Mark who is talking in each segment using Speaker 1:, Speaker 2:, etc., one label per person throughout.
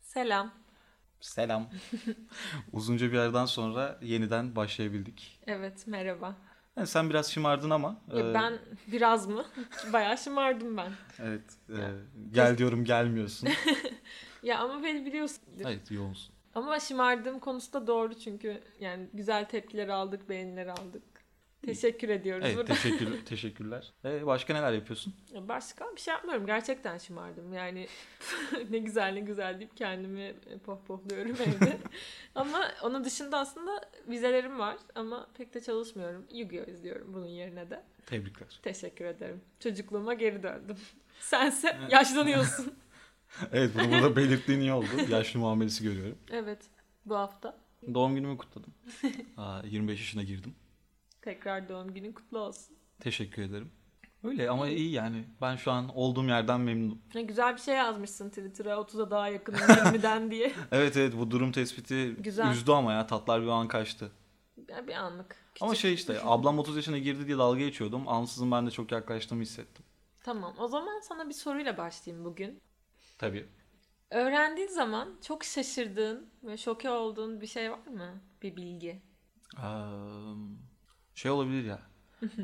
Speaker 1: Selam.
Speaker 2: Selam. Uzunca bir aradan sonra yeniden başlayabildik.
Speaker 1: Evet, merhaba.
Speaker 2: Yani sen biraz şımardın ama.
Speaker 1: Ya
Speaker 2: e,
Speaker 1: ben biraz mı? Bayağı şımardım ben.
Speaker 2: Evet. e,
Speaker 1: Ya.
Speaker 2: gel diyorum gelmiyorsun.
Speaker 1: Ya ama beni biliyorsun.
Speaker 2: evet yoğunsun.
Speaker 1: Ama şımardığım konusu da doğru çünkü yani güzel tepkiler aldık, beğeniler aldık. Teşekkür ediyoruz
Speaker 2: Evet
Speaker 1: burada.
Speaker 2: teşekkür, teşekkürler. E, başka neler yapıyorsun?
Speaker 1: Ya Başka bir şey yapmıyorum. Gerçekten şımardım. Yani ne güzel ne güzel deyip kendimi pohpohluyorum evde. ama onun dışında aslında vizelerim var ama pek de çalışmıyorum. Yu-Gi-Oh izliyorum bunun yerine de.
Speaker 2: Tebrikler.
Speaker 1: Teşekkür ederim. Çocukluğuma geri döndüm. Sense yaşlanıyorsun.
Speaker 2: Evet bunu burada belirttiğin iyi oldu. Yaşlı muamelesi görüyorum.
Speaker 1: evet bu hafta
Speaker 2: Doğum günümü kutladım. Aa, 25 yaşına girdim.
Speaker 1: tekrar doğum günün kutlu olsun.
Speaker 2: Teşekkür ederim. Öyle ama iyi yani. Ben şu an olduğum yerden memnunum.
Speaker 1: Ne güzel bir şey yazmışsın Twitter'a 30'a daha yakınım 20'den diye.
Speaker 2: Evet evet bu durum tespiti
Speaker 1: Güzel.
Speaker 2: üzdü ama ya tatlar bir an kaçtı.
Speaker 1: Ya bir anlık. Küçük.
Speaker 2: Ama şey işte ablam 30 yaşına girdi diye dalga geçiyordum. Ansızın ben de çok yaklaştığımı hissettim.
Speaker 1: Tamam o zaman sana bir soruyla başlayayım bugün.
Speaker 2: Tabii.
Speaker 1: Öğrendiğin zaman çok şaşırdığın ve şoke olduğun bir şey var mı? Bir bilgi.
Speaker 2: Am, şey olabilir ya.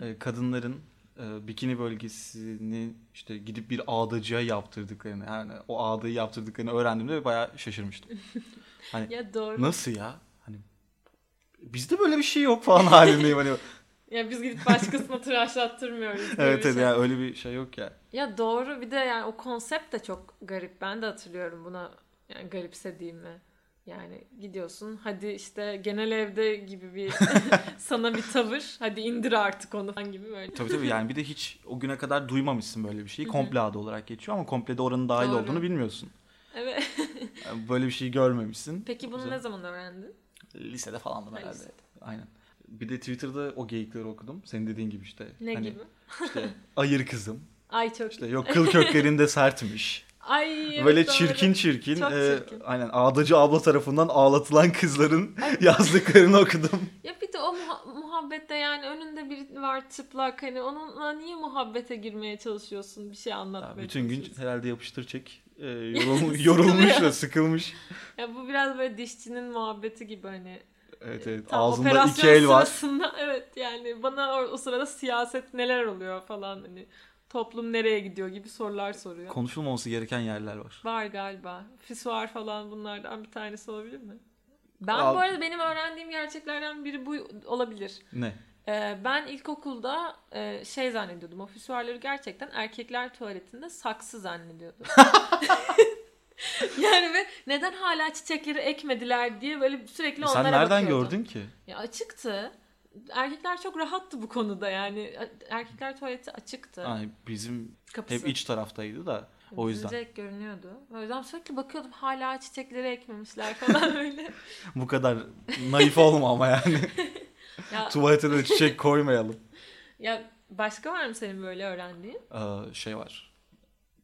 Speaker 2: e, Kadınların e, bikini bölgesini işte gidip bir ağdacıya yaptırdıklarını yani o ağdayı yaptırdıklarını öğrendiğimde bayağı şaşırmıştım.
Speaker 1: Ya doğru.
Speaker 2: Nasıl ya? Hani bizde böyle bir şey yok falan halindeyim hani.
Speaker 1: Ya biz gidip başkasına tıraşlattırmıyoruz. diye bir
Speaker 2: evet evet
Speaker 1: şey.
Speaker 2: yani öyle bir şey yok ya.
Speaker 1: Ya doğru bir de yani o konsept de çok garip. Ben de hatırlıyorum buna yani garipsediğimi. Yani gidiyorsun hadi işte genel evde gibi bir sana bir tavır. Hadi indir artık onu falan gibi böyle.
Speaker 2: Tabii tabii yani bir de hiç o güne kadar duymamışsın böyle bir şeyi. Komple ağda olarak geçiyor ama komplede oranın dahil
Speaker 1: Doğru.
Speaker 2: olduğunu bilmiyorsun.
Speaker 1: Evet.
Speaker 2: Yani Böyle bir şey görmemişsin.
Speaker 1: Peki bunu
Speaker 2: Güzel.
Speaker 1: ne zaman öğrendin?
Speaker 2: Lisede falandım
Speaker 1: Ha,
Speaker 2: herhalde.
Speaker 1: lisede.
Speaker 2: Aynen. Bir de Twitter'da o geyikleri okudum. Senin dediğin gibi işte.
Speaker 1: Ne
Speaker 2: Hani
Speaker 1: gibi?
Speaker 2: işte ayır kızım.
Speaker 1: Ay çok.
Speaker 2: İşte yok kıl köklerinde sertmiş.
Speaker 1: Ay evet,
Speaker 2: Böyle
Speaker 1: doğru.
Speaker 2: çirkin çirkin.
Speaker 1: Çok
Speaker 2: e,
Speaker 1: çirkin.
Speaker 2: Aynen ağdacı abla tarafından ağlatılan kızların yazdıklarını okudum.
Speaker 1: Ya bir de o muha- muhabbette yani önünde biri var çıplak hani onunla niye muhabbete girmeye çalışıyorsun bir şey anlatmaya
Speaker 2: Ya bütün gün
Speaker 1: çalışıyorsun?
Speaker 2: herhalde yapıştır çek. E, yorul- yorulmuş da sıkılmış.
Speaker 1: Ya bu biraz böyle dişçinin muhabbeti gibi hani
Speaker 2: Evet evet
Speaker 1: Tam
Speaker 2: ağzında
Speaker 1: operasyon
Speaker 2: iki el var.
Speaker 1: sırasında evet yani bana o, o sırada siyaset neler oluyor falan hani toplum nereye gidiyor gibi sorular soruyor.
Speaker 2: Konuşulmaması gereken yerler var.
Speaker 1: Var galiba. Fisuar falan bunlardan bir tanesi olabilir mi? Ben
Speaker 2: Al-
Speaker 1: bu arada benim öğrendiğim gerçeklerden biri bu olabilir.
Speaker 2: Ne? E,
Speaker 1: Ee, ben ilkokulda e, şey zannediyordum. O füsuarları gerçekten erkekler tuvaletinde saksı zannediyordum. yani ve neden hala çiçekleri ekmediler diye böyle sürekli onlara
Speaker 2: E Sen
Speaker 1: bakıyordum.
Speaker 2: nereden gördün ki?
Speaker 1: Ya açıktı. Erkekler çok rahattı bu konuda yani. Erkekler tuvaleti açıktı.
Speaker 2: Ay, bizim
Speaker 1: Kapısı.
Speaker 2: hep iç taraftaydı da o yüzden.
Speaker 1: Üzülecek görünüyordu. O yüzden sürekli bakıyordum hala çiçekleri ekmemişler falan öyle.
Speaker 2: Bu kadar naif olma ama yani.
Speaker 1: ya,
Speaker 2: Tuvalete de çiçek koymayalım.
Speaker 1: ya başka var mı senin böyle öğrendiğin?
Speaker 2: Ee, şey var.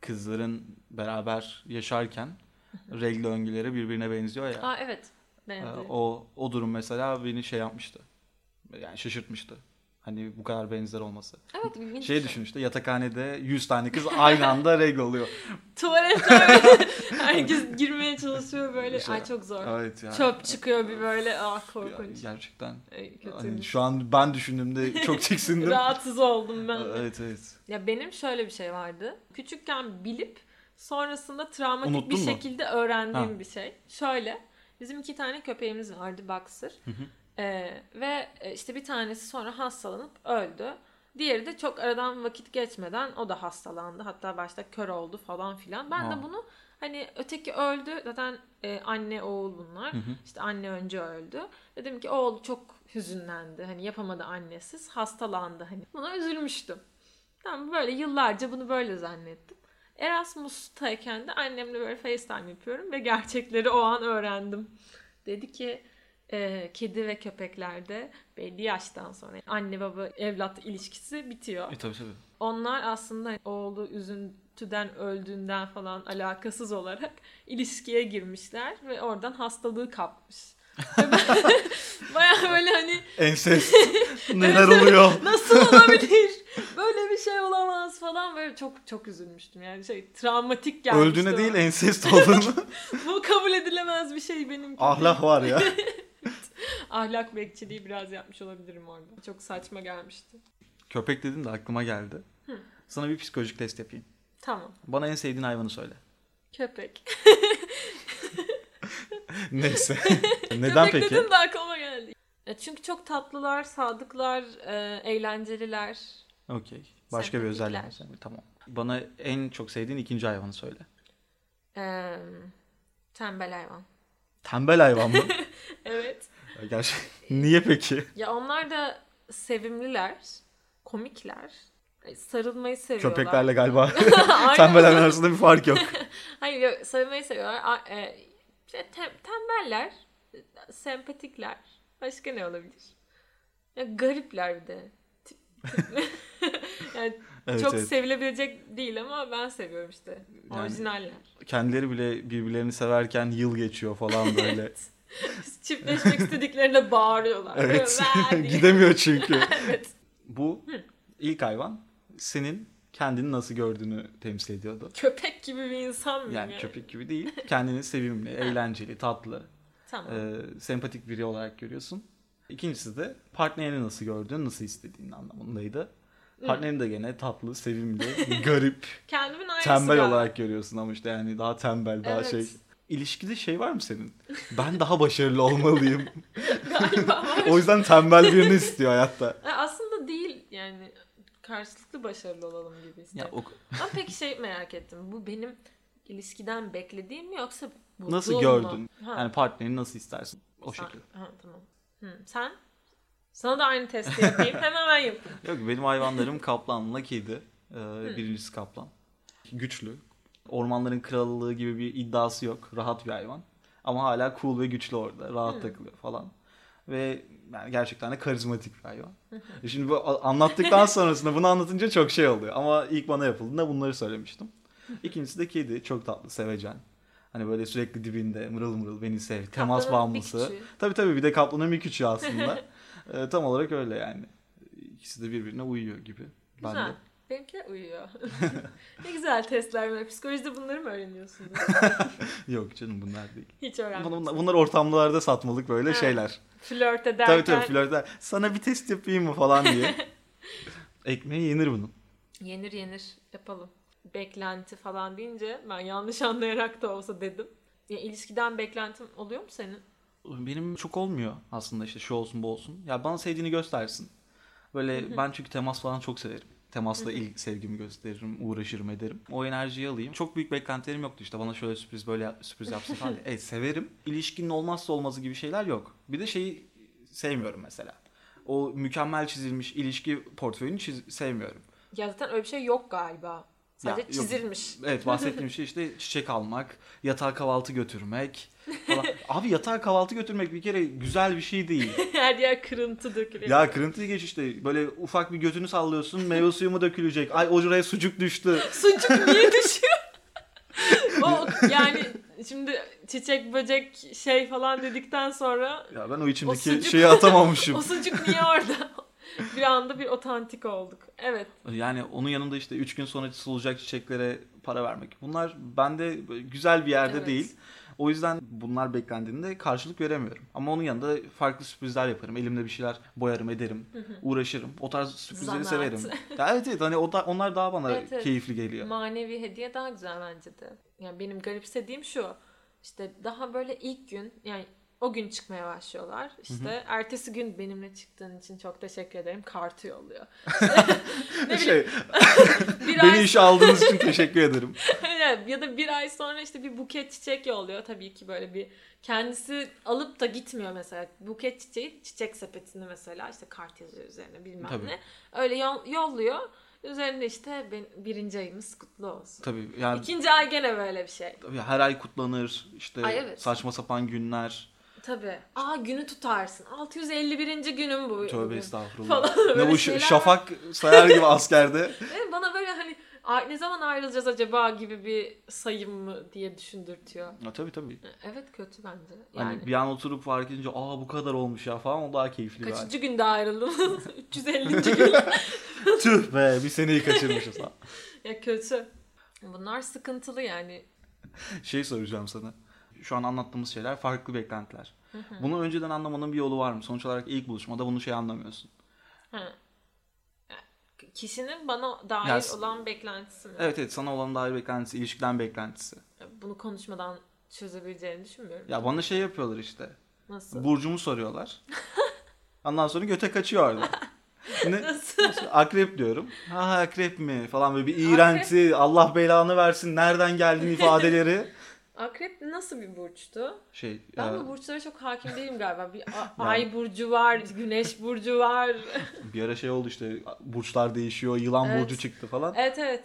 Speaker 2: Kızların beraber yaşarken regl öngüleri birbirine benziyor ya.
Speaker 1: Aa evet.
Speaker 2: Ee,
Speaker 1: Benziyor.
Speaker 2: o o durum mesela beni şey yapmıştı. Yani şaşırtmıştı. Hani bu kadar benzer olması.
Speaker 1: Evet ilginç. bir
Speaker 2: Şey
Speaker 1: şey.
Speaker 2: düşün işte yatakhanede 100 tane kız aynı anda regl oluyor.
Speaker 1: Tuvalete böyle herkes girmeye çalışıyor böyle.
Speaker 2: Şey-
Speaker 1: Ay çok zor.
Speaker 2: Evet yani.
Speaker 1: Çöp çıkıyor bir böyle. Aa korkunç.
Speaker 2: Gerçekten.
Speaker 1: Ay,
Speaker 2: Hani
Speaker 1: kötüymüş.
Speaker 2: şu an ben düşündüğümde çok tiksindim. Ee,
Speaker 1: Rahatsız oldum ben. de.
Speaker 2: evet evet.
Speaker 1: Ya benim şöyle bir şey vardı. Küçükken bilip sonrasında travmatik
Speaker 2: Unuttun
Speaker 1: bir
Speaker 2: mu?
Speaker 1: şekilde öğrendiğim
Speaker 2: Ha.
Speaker 1: bir şey. Şöyle bizim iki tane köpeğimiz vardı Boxer. Ee, ve e, işte bir tanesi sonra hastalanıp öldü. Diğeri de çok aradan vakit geçmeden o da hastalandı. Hatta başta kör oldu falan filan. Ben
Speaker 2: Ha.
Speaker 1: de bunu hani öteki öldü. Zaten e, anne oğul bunlar. İşte anne önce öldü. Dedim ki oğul çok hüzünlendi. Hani yapamadı annesiz. Hastalandı hani. Buna üzülmüştüm. Tamam böyle yıllarca bunu böyle zannettim. Erasmus'tayken de annemle böyle FaceTime yapıyorum ve gerçekleri o an öğrendim. Dedi ki e, kedi ve köpeklerde belli yaştan sonra anne baba evlat ilişkisi bitiyor.
Speaker 2: E tabii tabii.
Speaker 1: Onlar aslında oğlu üzüntüden öldüğünden falan alakasız olarak ilişkiye girmişler ve oradan hastalığı kapmış. Ve ben bayağı böyle hani
Speaker 2: Ensest. Neler oluyor?
Speaker 1: Nasıl olabilir? Böyle bir şey olamaz falan böyle çok çok üzülmüştüm. Yani şey travmatik gelmişti.
Speaker 2: Öldüğüne
Speaker 1: bana.
Speaker 2: değil ensest olduğunu.
Speaker 1: Bu kabul edilemez bir şey benimki.
Speaker 2: Ahlak var ya.
Speaker 1: Ahlak bekçiliği biraz yapmış olabilirim orada. Çok saçma gelmişti.
Speaker 2: Köpek dedin de aklıma geldi. Sana bir psikolojik test yapayım.
Speaker 1: Tamam.
Speaker 2: Bana en sevdiğin hayvanı söyle.
Speaker 1: Köpek.
Speaker 2: Neyse. Neden
Speaker 1: Köpek
Speaker 2: peki?
Speaker 1: dedim de aklıma geldi. E, Çünkü çok tatlılar, sadıklar, e, eğlenceliler.
Speaker 2: Okey. Başka bir özelliği var.
Speaker 1: Sempatikler.
Speaker 2: Tamam. Bana en çok sevdiğin ikinci hayvanı söyle.
Speaker 1: E, tembel hayvan.
Speaker 2: Tembel hayvan mı?
Speaker 1: Evet.
Speaker 2: Ya Gerçi niye peki?
Speaker 1: Ya onlar da sevimliler, komikler. E, Sarılmayı seviyorlar.
Speaker 2: Köpeklerle galiba
Speaker 1: Aynen.
Speaker 2: tembel hayvan arasında bir fark yok.
Speaker 1: Hayır yok sarılmayı seviyorlar. A- e, işte tem- tembeller, e, sempatikler. Başka ne olabilir? Ya garipler bir de. Tip- tip- yani
Speaker 2: Evet,
Speaker 1: çok
Speaker 2: evet.
Speaker 1: sevilebilecek değil ama ben seviyorum işte.
Speaker 2: Yani-
Speaker 1: Orijinaller.
Speaker 2: Kendileri bile birbirlerini severken yıl geçiyor falan böyle.
Speaker 1: Çiftleşmek istediklerinde bağırıyorlar.
Speaker 2: evet.
Speaker 1: Vaa diye.
Speaker 2: Gidemiyor çünkü.
Speaker 1: evet.
Speaker 2: Bu ilk hayvan senin kendini nasıl gördüğünü temsil ediyordu.
Speaker 1: Köpek gibi bir insan mıyım
Speaker 2: Yani köpek gibi değil. Kendini sevimli, eğlenceli, tatlı,
Speaker 1: Tamam.
Speaker 2: e, sempatik biri olarak görüyorsun. İkincisi de partnerini nasıl gördüğün, nasıl istediğin anlamındaydı. Partnerini de gene tatlı, sevimli, garip,
Speaker 1: Kendimin aynısı
Speaker 2: tembel
Speaker 1: galiba.
Speaker 2: olarak görüyorsun ama işte yani daha tembel, daha
Speaker 1: Evet.
Speaker 2: şey. İlişkide şey var mı senin? Ben daha başarılı olmalıyım.
Speaker 1: Galiba var.
Speaker 2: o yüzden tembel birini istiyor hayatta.
Speaker 1: E, Aslında değil yani karşılıklı başarılı olalım gibi istedim.
Speaker 2: Ya o
Speaker 1: Ama peki şey merak ettim. Bu benim ilişkiden beklediğim mi yoksa bulduğum
Speaker 2: Nasıl
Speaker 1: mu?
Speaker 2: gördün?
Speaker 1: Ha,
Speaker 2: yani partnerini nasıl istersin? O
Speaker 1: sen-
Speaker 2: şekilde.
Speaker 1: Ha, tamam. Hı, sen? Sana da aynı testi yapayım. Hemen ben yapayım.
Speaker 2: Yok benim hayvanlarım kaplanla kedi. Ee, birincisi kaplan. Güçlü. Ormanların krallığı gibi bir iddiası yok. Rahat bir hayvan. Ama hala cool ve güçlü orada. Rahat takılıyor falan. Ve yani gerçekten de karizmatik bir hayvan. E Şimdi bu a- anlattıktan sonrasında bunu anlatınca çok şey oluyor. Ama ilk bana yapıldığında bunları söylemiştim. İkincisi de kedi. Çok tatlı, sevecen. Hani böyle sürekli dibinde mırıl mırıl beni sev, temas
Speaker 1: Kaplanın bir
Speaker 2: bağımlısı.
Speaker 1: küçüğü.
Speaker 2: Tabii tabii bir de kaplanın bir küçüğü aslında. Ee, tam olarak öyle yani. İkisi de birbirine uyuyor gibi. Ben
Speaker 1: Güzel.
Speaker 2: de.
Speaker 1: Benimkiler uyuyor. ne güzel testler var. Psikolojide bunları mı öğreniyorsunuz?
Speaker 2: Yok canım bunlar değil.
Speaker 1: Hiç öğrenmedim.
Speaker 2: Bunlar, bunlar ortamlarda satmalık böyle
Speaker 1: Evet.
Speaker 2: şeyler.
Speaker 1: Flört
Speaker 2: Tabii
Speaker 1: ederken
Speaker 2: tabii flörtler. Sana bir test yapayım mı falan diye. Ekmeği yenir bunun.
Speaker 1: yenir yenir yapalım. Beklenti falan deyince ben yanlış anlayarak da olsa dedim. Ya, ilişkiden beklentim oluyor mu senin?
Speaker 2: Benim çok olmuyor aslında işte şu olsun bu olsun. Ya bana sevdiğini göstersin. Böyle ben çünkü temas falan çok severim. Temasla ilk sevgimi gösteririm, uğraşırım ederim. O enerjiyi alayım. Çok büyük beklentilerim yoktu işte bana şöyle sürpriz böyle yap- sürpriz yapsın falan. diye. E severim. İlişkinin olmazsa olmazı gibi şeyler yok. Bir de şeyi sevmiyorum mesela. O mükemmel çizilmiş ilişki portföyünü çiz- sevmiyorum.
Speaker 1: Ya zaten öyle bir şey yok galiba. Sadece
Speaker 2: yok.
Speaker 1: çizilmiş.
Speaker 2: Evet bahsettiğim şey işte çiçek almak, yatağa kahvaltı götürmek falan. Abi yatağa kahvaltı götürmek bir kere güzel bir şey değil.
Speaker 1: Her yer kırıntı dökülüyor.
Speaker 2: Ya kırıntıyı geç işte. Böyle ufak bir götünü sallıyorsun. Meyve suyu mu dökülecek? Ay oraya sucuk düştü.
Speaker 1: Sucuk niye düşüyor? o yani şimdi çiçek böcek şey falan dedikten sonra
Speaker 2: Ya ben o içimdeki
Speaker 1: O sucuk-
Speaker 2: şeyi atamamışım.
Speaker 1: o sucuk niye orada? bir anda bir otantik olduk. Evet.
Speaker 2: yani onun yanında işte 3 gün sonra solacak çiçeklere para vermek. Bunlar bende böyle güzel bir yerde
Speaker 1: Evet.
Speaker 2: değil. O yüzden bunlar beklendiğinde karşılık veremiyorum. Ama onun yanında farklı sürprizler yaparım. Elimde bir şeyler boyarım, ederim, uğraşırım. O tarz sürprizleri
Speaker 1: Zanaat.
Speaker 2: severim. Ya evet evet hani o da, onlar daha bana
Speaker 1: Evet, evet.
Speaker 2: keyifli geliyor.
Speaker 1: Manevi hediye daha güzel bence de. Yani benim garipsediğim şu. İşte daha böyle ilk gün yani o gün çıkmaya başlıyorlar. İşte ertesi gün benimle çıktığın için çok teşekkür ederim. Kartı yolluyor. ne bileyim
Speaker 2: şey,
Speaker 1: bir ay
Speaker 2: beni işe aldığınız için teşekkür ederim.
Speaker 1: Evet, ya da bir ay sonra işte bir buket çiçek yolluyor tabii ki böyle bir kendisi alıp da gitmiyor mesela buket çiçeği çiçek sepetini mesela işte kart yazıyor üzerine bilmem
Speaker 2: Tabii.
Speaker 1: ne öyle yol- yolluyor üzerinde işte ben, birinci ayımız kutlu olsun.
Speaker 2: Tabii yani
Speaker 1: İkinci ay gene böyle bir şey.
Speaker 2: Tabii her ay kutlanır. işte
Speaker 1: Ay evet.
Speaker 2: saçma sapan günler.
Speaker 1: Tabii. Aa günü tutarsın. 651. günüm bu.
Speaker 2: Tövbe
Speaker 1: bugün.
Speaker 2: estağfurullah.
Speaker 1: Falan böyle
Speaker 2: Ne bu
Speaker 1: şeyler
Speaker 2: ş-
Speaker 1: var.
Speaker 2: şafak sayar gibi askerde.
Speaker 1: Ve bana böyle hani "Ay, ne zaman ayrılacağız acaba gibi bir sayım mı diye düşündürtüyor.
Speaker 2: Ya, tabii tabii.
Speaker 1: Evet kötü bence.
Speaker 2: Hani
Speaker 1: Yani.
Speaker 2: bir an oturup fark edince aa bu kadar olmuş ya falan o daha keyifli galiba.
Speaker 1: Kaçıncı günde ayrıldınız? 350. gün.
Speaker 2: Tüh be bir seneyi kaçırmışız lan.
Speaker 1: Ya kötü. Bunlar sıkıntılı yani.
Speaker 2: Şey soracağım sana. şu an anlattığımız şeyler farklı beklentiler. Bunu önceden anlamanın bir yolu var mı? Sonuç olarak ilk buluşmada bunu şey anlamıyorsun.
Speaker 1: Ha. Kişinin bana dair
Speaker 2: Yani-
Speaker 1: olan beklentisi mi?
Speaker 2: Evet evet sana olan dair beklentisi, ilişkiden beklentisi.
Speaker 1: Bunu konuşmadan çözebileceğini düşünmüyorum.
Speaker 2: Ya bana şey yapıyorlar işte.
Speaker 1: Nasıl?
Speaker 2: Burcumu soruyorlar. Ondan sonra göte kaçıyor orada. Ne?
Speaker 1: Nasıl?
Speaker 2: Akrep diyorum. Ha akrep mi falan böyle bir iğrenti Allah belanı versin nereden geldin ifadeleri.
Speaker 1: Akrep nasıl bir burçtu?
Speaker 2: Şey
Speaker 1: Ben
Speaker 2: e,
Speaker 1: bu burçlara çok hakim değilim galiba. Bir a-
Speaker 2: Ben-
Speaker 1: ay burcu var, güneş burcu var.
Speaker 2: bir ara şey oldu işte burçlar değişiyor yılan
Speaker 1: Evet.
Speaker 2: burcu çıktı falan.
Speaker 1: evet evet.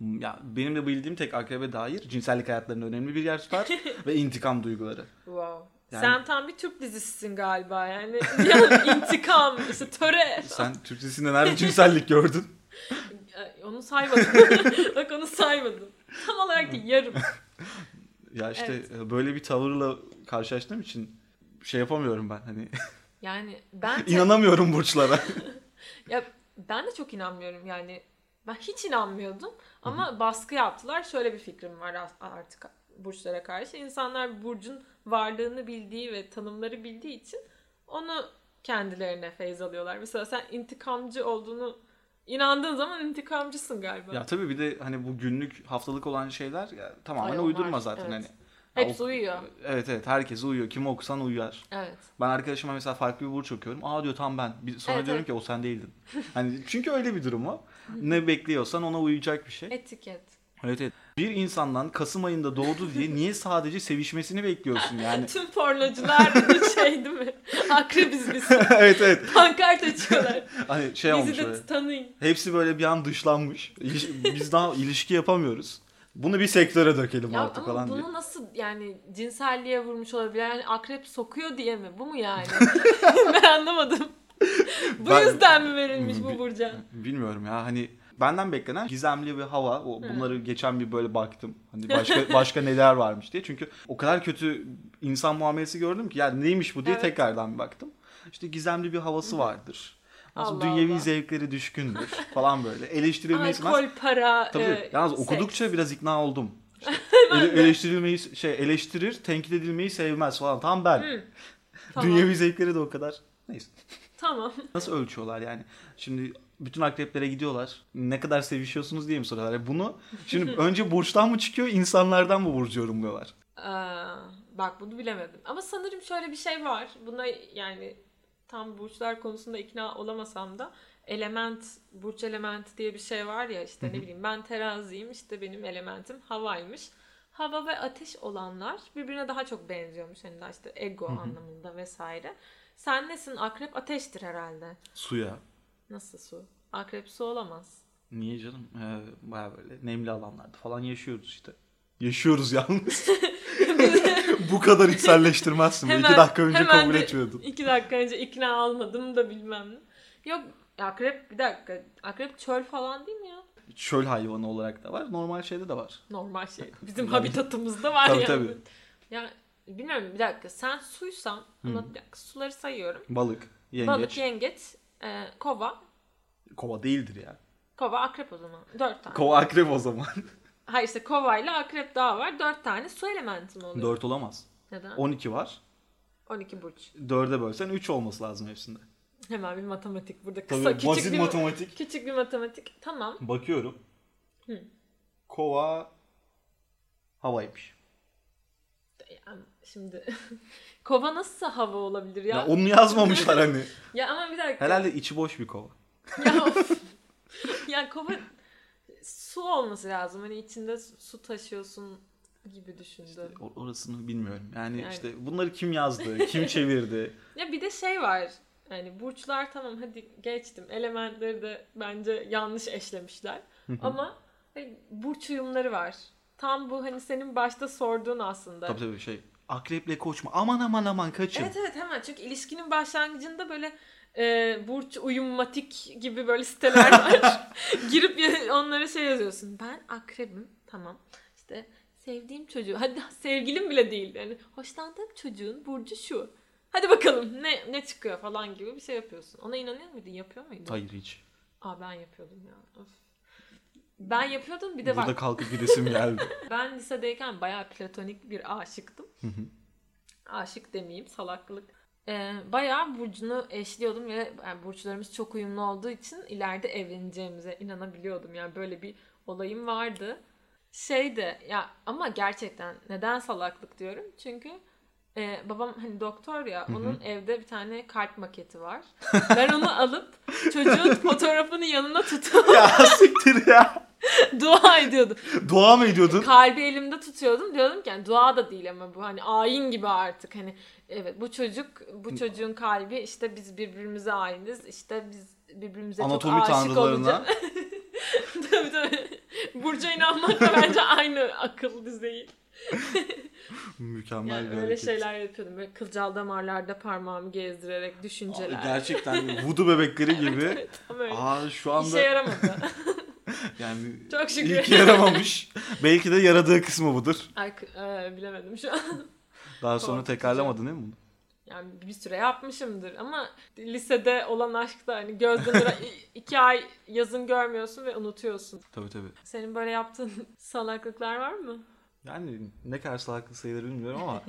Speaker 2: Ya benim de bildiğim tek akrebe dair cinsellik hayatlarının önemli bir yer tutar ve intikam duyguları.
Speaker 1: Wow.
Speaker 2: Yani-
Speaker 1: Sen tam bir Türk dizisisin galiba yani. Bir an intikam, işte töre.
Speaker 2: Sen Türk dizisinde nerede cinsellik gördün?
Speaker 1: Ay, Onu saymadım. Bak onu saymadım. Tam olarak değil, yarım.
Speaker 2: Ya işte
Speaker 1: Evet.
Speaker 2: e, böyle bir tavırla karşılaştığım için şey yapamıyorum ben hani
Speaker 1: Yani ben
Speaker 2: inanamıyorum burçlara.
Speaker 1: ya ben de çok inanmıyorum yani. Ben hiç inanmıyordum ama baskı yaptılar. Şöyle bir fikrim var as- artık burçlara karşı. İnsanlar burcun varlığını bildiği ve tanımları bildiği için onu kendilerine feyz alıyorlar. Mesela sen intikamcı olduğunu inandığın zaman intikamcısın galiba.
Speaker 2: ya tabii bir de hani bu günlük haftalık olan şeyler ya, tamamen
Speaker 1: Ay onlar,
Speaker 2: uydurma zaten
Speaker 1: evet.
Speaker 2: hani. Ya
Speaker 1: Hepsi
Speaker 2: o-
Speaker 1: uyuyor.
Speaker 2: Evet evet herkes uyuyor. Kimi okusan uyar.
Speaker 1: Evet.
Speaker 2: Ben arkadaşıma mesela farklı bir burç okuyorum. Aa diyor tam ben. Bir- Sonra
Speaker 1: Evet,
Speaker 2: diyorum
Speaker 1: evet.
Speaker 2: ki o sen değildin. Hani çünkü öyle bir durum o. Ne bekliyorsan ona uyacak bir şey.
Speaker 1: Etiket.
Speaker 2: Evet evet. Bir insandan Kasım ayında doğdu diye niye sadece sevişmesini bekliyorsun yani?
Speaker 1: Tüm pornocular şey değil mi? Akrebiz biz.
Speaker 2: evet evet.
Speaker 1: Pankart açıyorlar.
Speaker 2: Hani şey olmuş
Speaker 1: Bizi
Speaker 2: böyle.
Speaker 1: de tanıyın.
Speaker 2: Hepsi böyle bir an dışlanmış. İliş- Biz daha ilişki yapamıyoruz. Bunu bir sektöre dökelim
Speaker 1: Ya
Speaker 2: artık
Speaker 1: ama
Speaker 2: falan
Speaker 1: bunu
Speaker 2: diye.
Speaker 1: nasıl yani cinselliğe vurmuş olabilir? Yani akrep sokuyor diye mi? Bu mu yani? ben anlamadım. Bu
Speaker 2: Ben-
Speaker 1: yüzden mi verilmiş
Speaker 2: Bi-
Speaker 1: bu burca?
Speaker 2: Bilmiyorum ya hani benden beklenen gizemli bir hava. O, bunları geçen bir böyle baktım. Hani başka başka neler varmış diye. Çünkü o kadar kötü insan muamelesi gördüm ki yani neymiş bu diye
Speaker 1: Evet.
Speaker 2: tekrardan bir baktım. İşte gizemli bir havası vardır. Aslında
Speaker 1: Allah
Speaker 2: dünyevi
Speaker 1: Allah.
Speaker 2: zevkleri düşkündür falan böyle. Eleştirilmeyi istemez.
Speaker 1: Alkol, para,
Speaker 2: Tabii.
Speaker 1: e,
Speaker 2: Yalnız
Speaker 1: seks.
Speaker 2: okudukça biraz ikna oldum. İşte ele- eleştirilmeyi şey eleştirir, tenkit edilmeyi sevmez falan. Tam ben.
Speaker 1: Hı, Tamam.
Speaker 2: Dünyevi zevkleri de o kadar. Neyse.
Speaker 1: Tamam.
Speaker 2: Nasıl ölçüyorlar yani? Şimdi bütün akreplere gidiyorlar. Ne kadar sevişiyorsunuz diye mi soruyorlar? Yani Bunu şimdi önce burçtan mı çıkıyor, insanlardan mı burcu yorumluyorlar?
Speaker 1: Aa, bak bunu bilemedim. Ama sanırım şöyle bir şey var. Buna yani tam burçlar konusunda ikna olamasam da element, burç elementi diye bir şey var ya işte ne bileyim ben teraziyim işte benim elementim havaymış. Hava ve ateş olanlar birbirine daha çok benziyormuş. Hani daha işte ego anlamında vesaire. Sen nesin? Akrep ateştir herhalde.
Speaker 2: Suya.
Speaker 1: Nasıl su? Akrep su olamaz.
Speaker 2: Niye canım? Ee, Baya böyle nemli alanlarda falan yaşıyoruz işte. Yaşıyoruz yalnız. Bu kadar içselleştirmezsin.
Speaker 1: Hemen-
Speaker 2: İki dakika önce
Speaker 1: hemen
Speaker 2: kabul
Speaker 1: de
Speaker 2: etmiyordun.
Speaker 1: İki dakika önce ikna almadım da bilmem ne. Yok akrep bir dakika. Akrep çöl falan değil mi ya?
Speaker 2: Çöl hayvanı olarak da var. Normal şeyde de var.
Speaker 1: Normal şey. Bizim habitatımızda var
Speaker 2: Tabii,
Speaker 1: yani.
Speaker 2: tabii.
Speaker 1: Ya bilmiyorum bir dakika. Sen suysan ama bir dakika, suları sayıyorum.
Speaker 2: Balık, yengeç.
Speaker 1: Balık, yengeç, e, kova.
Speaker 2: Kova değildir ya.
Speaker 1: Kova akrep o zaman. Dört tane.
Speaker 2: Kova akrep o zaman.
Speaker 1: Hayır işte kova ile akrep daha var. Dört tane su elementi mi oluyor?
Speaker 2: 4 olamaz.
Speaker 1: Neden?
Speaker 2: 12 var.
Speaker 1: 12 burç.
Speaker 2: 4'e bölsen 3 olması lazım hepsinde.
Speaker 1: Hemen bir matematik burada.
Speaker 2: Tabii
Speaker 1: Kısa, küçük,
Speaker 2: basit
Speaker 1: bir,
Speaker 2: matematik.
Speaker 1: küçük bir matematik. Tamam.
Speaker 2: Bakıyorum.
Speaker 1: Hı.
Speaker 2: Kova havaymış.
Speaker 1: Yani şimdi kova nasıl hava olabilir ya?
Speaker 2: Ya.
Speaker 1: Ya,
Speaker 2: onu yazmamışlar hani.
Speaker 1: ama bir dakika.
Speaker 2: Herhalde içi boş bir kova.
Speaker 1: Ya, of. ya kova su olması lazım. Hani içinde su- su taşıyorsun gibi düşündüm.
Speaker 2: O- Orasını bilmiyorum. Yani,
Speaker 1: Yani.
Speaker 2: işte bunları kim yazdı, kim çevirdi?
Speaker 1: Ya bir de şey var. Yani burçlar tamam hadi geçtim. Elementleri de bence yanlış eşlemişler. Ama hani burç uyumları var. Tam bu hani senin başta sorduğun aslında.
Speaker 2: tabii tabii şey. Akreple koç mu? Aman aman aman kaçın.
Speaker 1: Evet evet hemen çünkü ilişkinin başlangıcında böyle e, burç uyummatik gibi böyle siteler var. Girip ya- onlara şey yazıyorsun. Ben akrebim tamam işte sevdiğim çocuğu hadi sevgilim bile değil yani hoşlandığım çocuğun burcu şu. Hadi bakalım ne ne çıkıyor falan gibi bir şey yapıyorsun. Ona inanıyor muydun? Yapıyor muydun?
Speaker 2: Hayır hiç.
Speaker 1: Aa ben yapıyordum ya. Of. Ben yapıyordum bir de
Speaker 2: Burada
Speaker 1: bak
Speaker 2: kalkıp bir resim geldi.
Speaker 1: ben lisedeyken bayağı platonik bir aşıktım.
Speaker 2: Hı hı.
Speaker 1: Aşık demeyeyim salaklık. Ee, bayağı burcunu eşliyordum ve yani burçlarımız çok uyumlu olduğu için ileride evleneceğimize inanabiliyordum. Yani böyle bir olayım vardı. Şey de ya ama gerçekten neden salaklık diyorum? Çünkü e, babam hani doktor ya onun evde bir tane kalp maketi var. ben onu alıp çocuğun fotoğrafını yanına tutup
Speaker 2: ya siktir ya.
Speaker 1: dua ediyordum.
Speaker 2: Dua mı ediyordun?
Speaker 1: Kalbi elimde tutuyordum. Diyordum ki yani dua da değil ama bu hani ayin gibi artık hani evet bu çocuk bu çocuğun kalbi işte biz birbirimize ainiz. işte biz birbirimize
Speaker 2: Anatomi
Speaker 1: çok aşık
Speaker 2: tanrılarına.
Speaker 1: olunca. tabii tabii. Burca inanmakla bence aynı akıl düzeyi.
Speaker 2: Mükemmel
Speaker 1: Yani
Speaker 2: bir
Speaker 1: öyle
Speaker 2: hareket.
Speaker 1: şeyler yapıyordum. Böyle kılcal damarlarda parmağımı gezdirerek
Speaker 2: Abi
Speaker 1: düşünceler.
Speaker 2: gerçekten voodoo bebekleri gibi.
Speaker 1: Evet, tam öyle.
Speaker 2: Aa şu
Speaker 1: İşe
Speaker 2: anda
Speaker 1: yaramadı.
Speaker 2: yani
Speaker 1: Çok şükür.
Speaker 2: iyi ki yaramamış. Belki de yaradığı kısmı budur.
Speaker 1: Ay, k- e, bilemedim şu an.
Speaker 2: Daha sonra
Speaker 1: Korkutucu.
Speaker 2: tekrarlamadın değil mi bunu?
Speaker 1: Yani bir süre yapmışımdır ama lisede olan aşkta hani gözden ıra- i- iki ay yazın görmüyorsun ve unutuyorsun.
Speaker 2: Tabii tabii.
Speaker 1: Senin böyle yaptığın salaklıklar var mı?
Speaker 2: Yani ne kadar salaklı sayılır bilmiyorum ama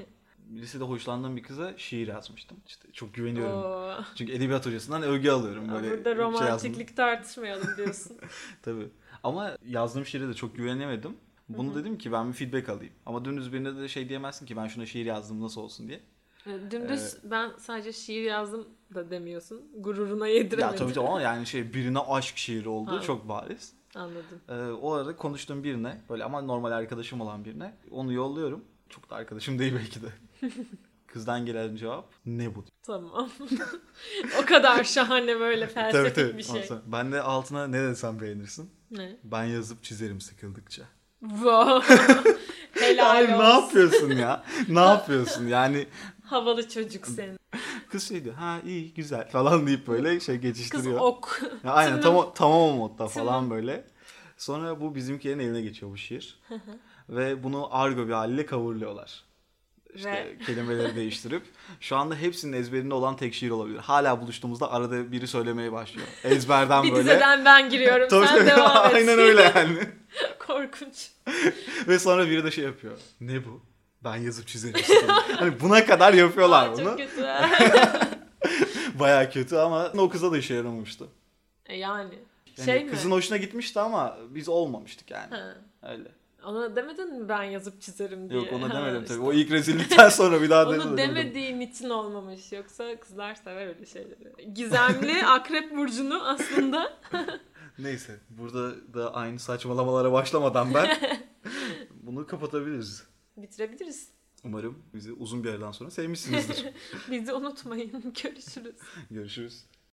Speaker 2: lisede hoşlandığım bir kıza şiir yazmıştım. İşte çok güveniyorum.
Speaker 1: Oo.
Speaker 2: Çünkü edebiyat hocasından övgü alıyorum böyle.
Speaker 1: Burada
Speaker 2: şey yazdım.
Speaker 1: romantiklik tartışmayalım diyorsun.
Speaker 2: Tabii. Ama yazdığım şiire de çok güvenemedim. Bunu dedim ki ben bir feedback alayım. Ama dümdüz birine de şey diyemezsin ki ben şuna şiir yazdım nasıl olsun diye.
Speaker 1: Yani Ee, Dümdüz ben sadece şiir yazdım da demiyorsun. Gururuna yediremedin.
Speaker 2: Ya tabii ki ama yani şey birine aşk şiiri olduğu
Speaker 1: Ha.
Speaker 2: çok bariz.
Speaker 1: Anladım.
Speaker 2: Ee, o arada konuştuğum birine böyle ama normal arkadaşım olan birine onu yolluyorum. Çok da arkadaşım değil belki de. Kızdan gelen cevap ne bu?
Speaker 1: Tamam. o kadar şahane böyle felsefik bir şey.
Speaker 2: Ondan sonra Ben de altına ne desem beğenirsin.
Speaker 1: Ne?
Speaker 2: Ben yazıp çizerim sıkıldıkça.
Speaker 1: Wow. Helal
Speaker 2: Ay
Speaker 1: olsun.
Speaker 2: ne yapıyorsun ya? ne yapıyorsun? Yani
Speaker 1: Havalı çocuk senin.
Speaker 2: kız şey diyor ha iyi güzel falan deyip böyle şey
Speaker 1: Kız
Speaker 2: geçiştiriyor.
Speaker 1: ok.
Speaker 2: Ya aynen tam, o- tamam o modda falan
Speaker 1: Tınım.
Speaker 2: böyle. Sonra bu bizimkilerin eline geçiyor bu şiir. Ve bunu argo bir haliyle kavurluyorlar. İşte
Speaker 1: Ve-
Speaker 2: kelimeleri değiştirip. Şu anda hepsinin ezberinde olan tek şiir olabilir. Hala buluştuğumuzda arada biri söylemeye başlıyor. Ezberden
Speaker 1: Bir
Speaker 2: böyle.
Speaker 1: dizeden ben giriyorum.
Speaker 2: Tabii
Speaker 1: Sen
Speaker 2: tabii.
Speaker 1: devam et.
Speaker 2: Aynen öyle yani.
Speaker 1: Korkunç.
Speaker 2: Ve sonra biri de şey yapıyor. Ne bu? Ben yazıp çizerim. sana." hani buna kadar yapıyorlar
Speaker 1: Aa,
Speaker 2: bunu.
Speaker 1: Çok kötü.
Speaker 2: Baya kötü ama o kıza da işe yaramamıştı.
Speaker 1: E yani.
Speaker 2: Yani
Speaker 1: şey mi?
Speaker 2: kızın hoşuna gitmişti ama biz olmamıştık yani.
Speaker 1: Ha.
Speaker 2: Öyle.
Speaker 1: Ona demedin mi ben yazıp çizerim diye?
Speaker 2: Yok ona
Speaker 1: Ha,
Speaker 2: demedim
Speaker 1: işte.
Speaker 2: tabii. O ilk rezillikten sonra bir daha demedim.
Speaker 1: Onu demediğin için olmamış. Yoksa kızlar sever öyle şeyleri. Gizemli akrep burcunu aslında
Speaker 2: Neyse burada da aynı saçmalamalara başlamadan ben bunu kapatabiliriz.
Speaker 1: bitirebiliriz.
Speaker 2: Umarım bizi uzun bir aradan sonra sevmişsinizdir.
Speaker 1: Bizi unutmayın. Görüşürüz.
Speaker 2: Görüşürüz.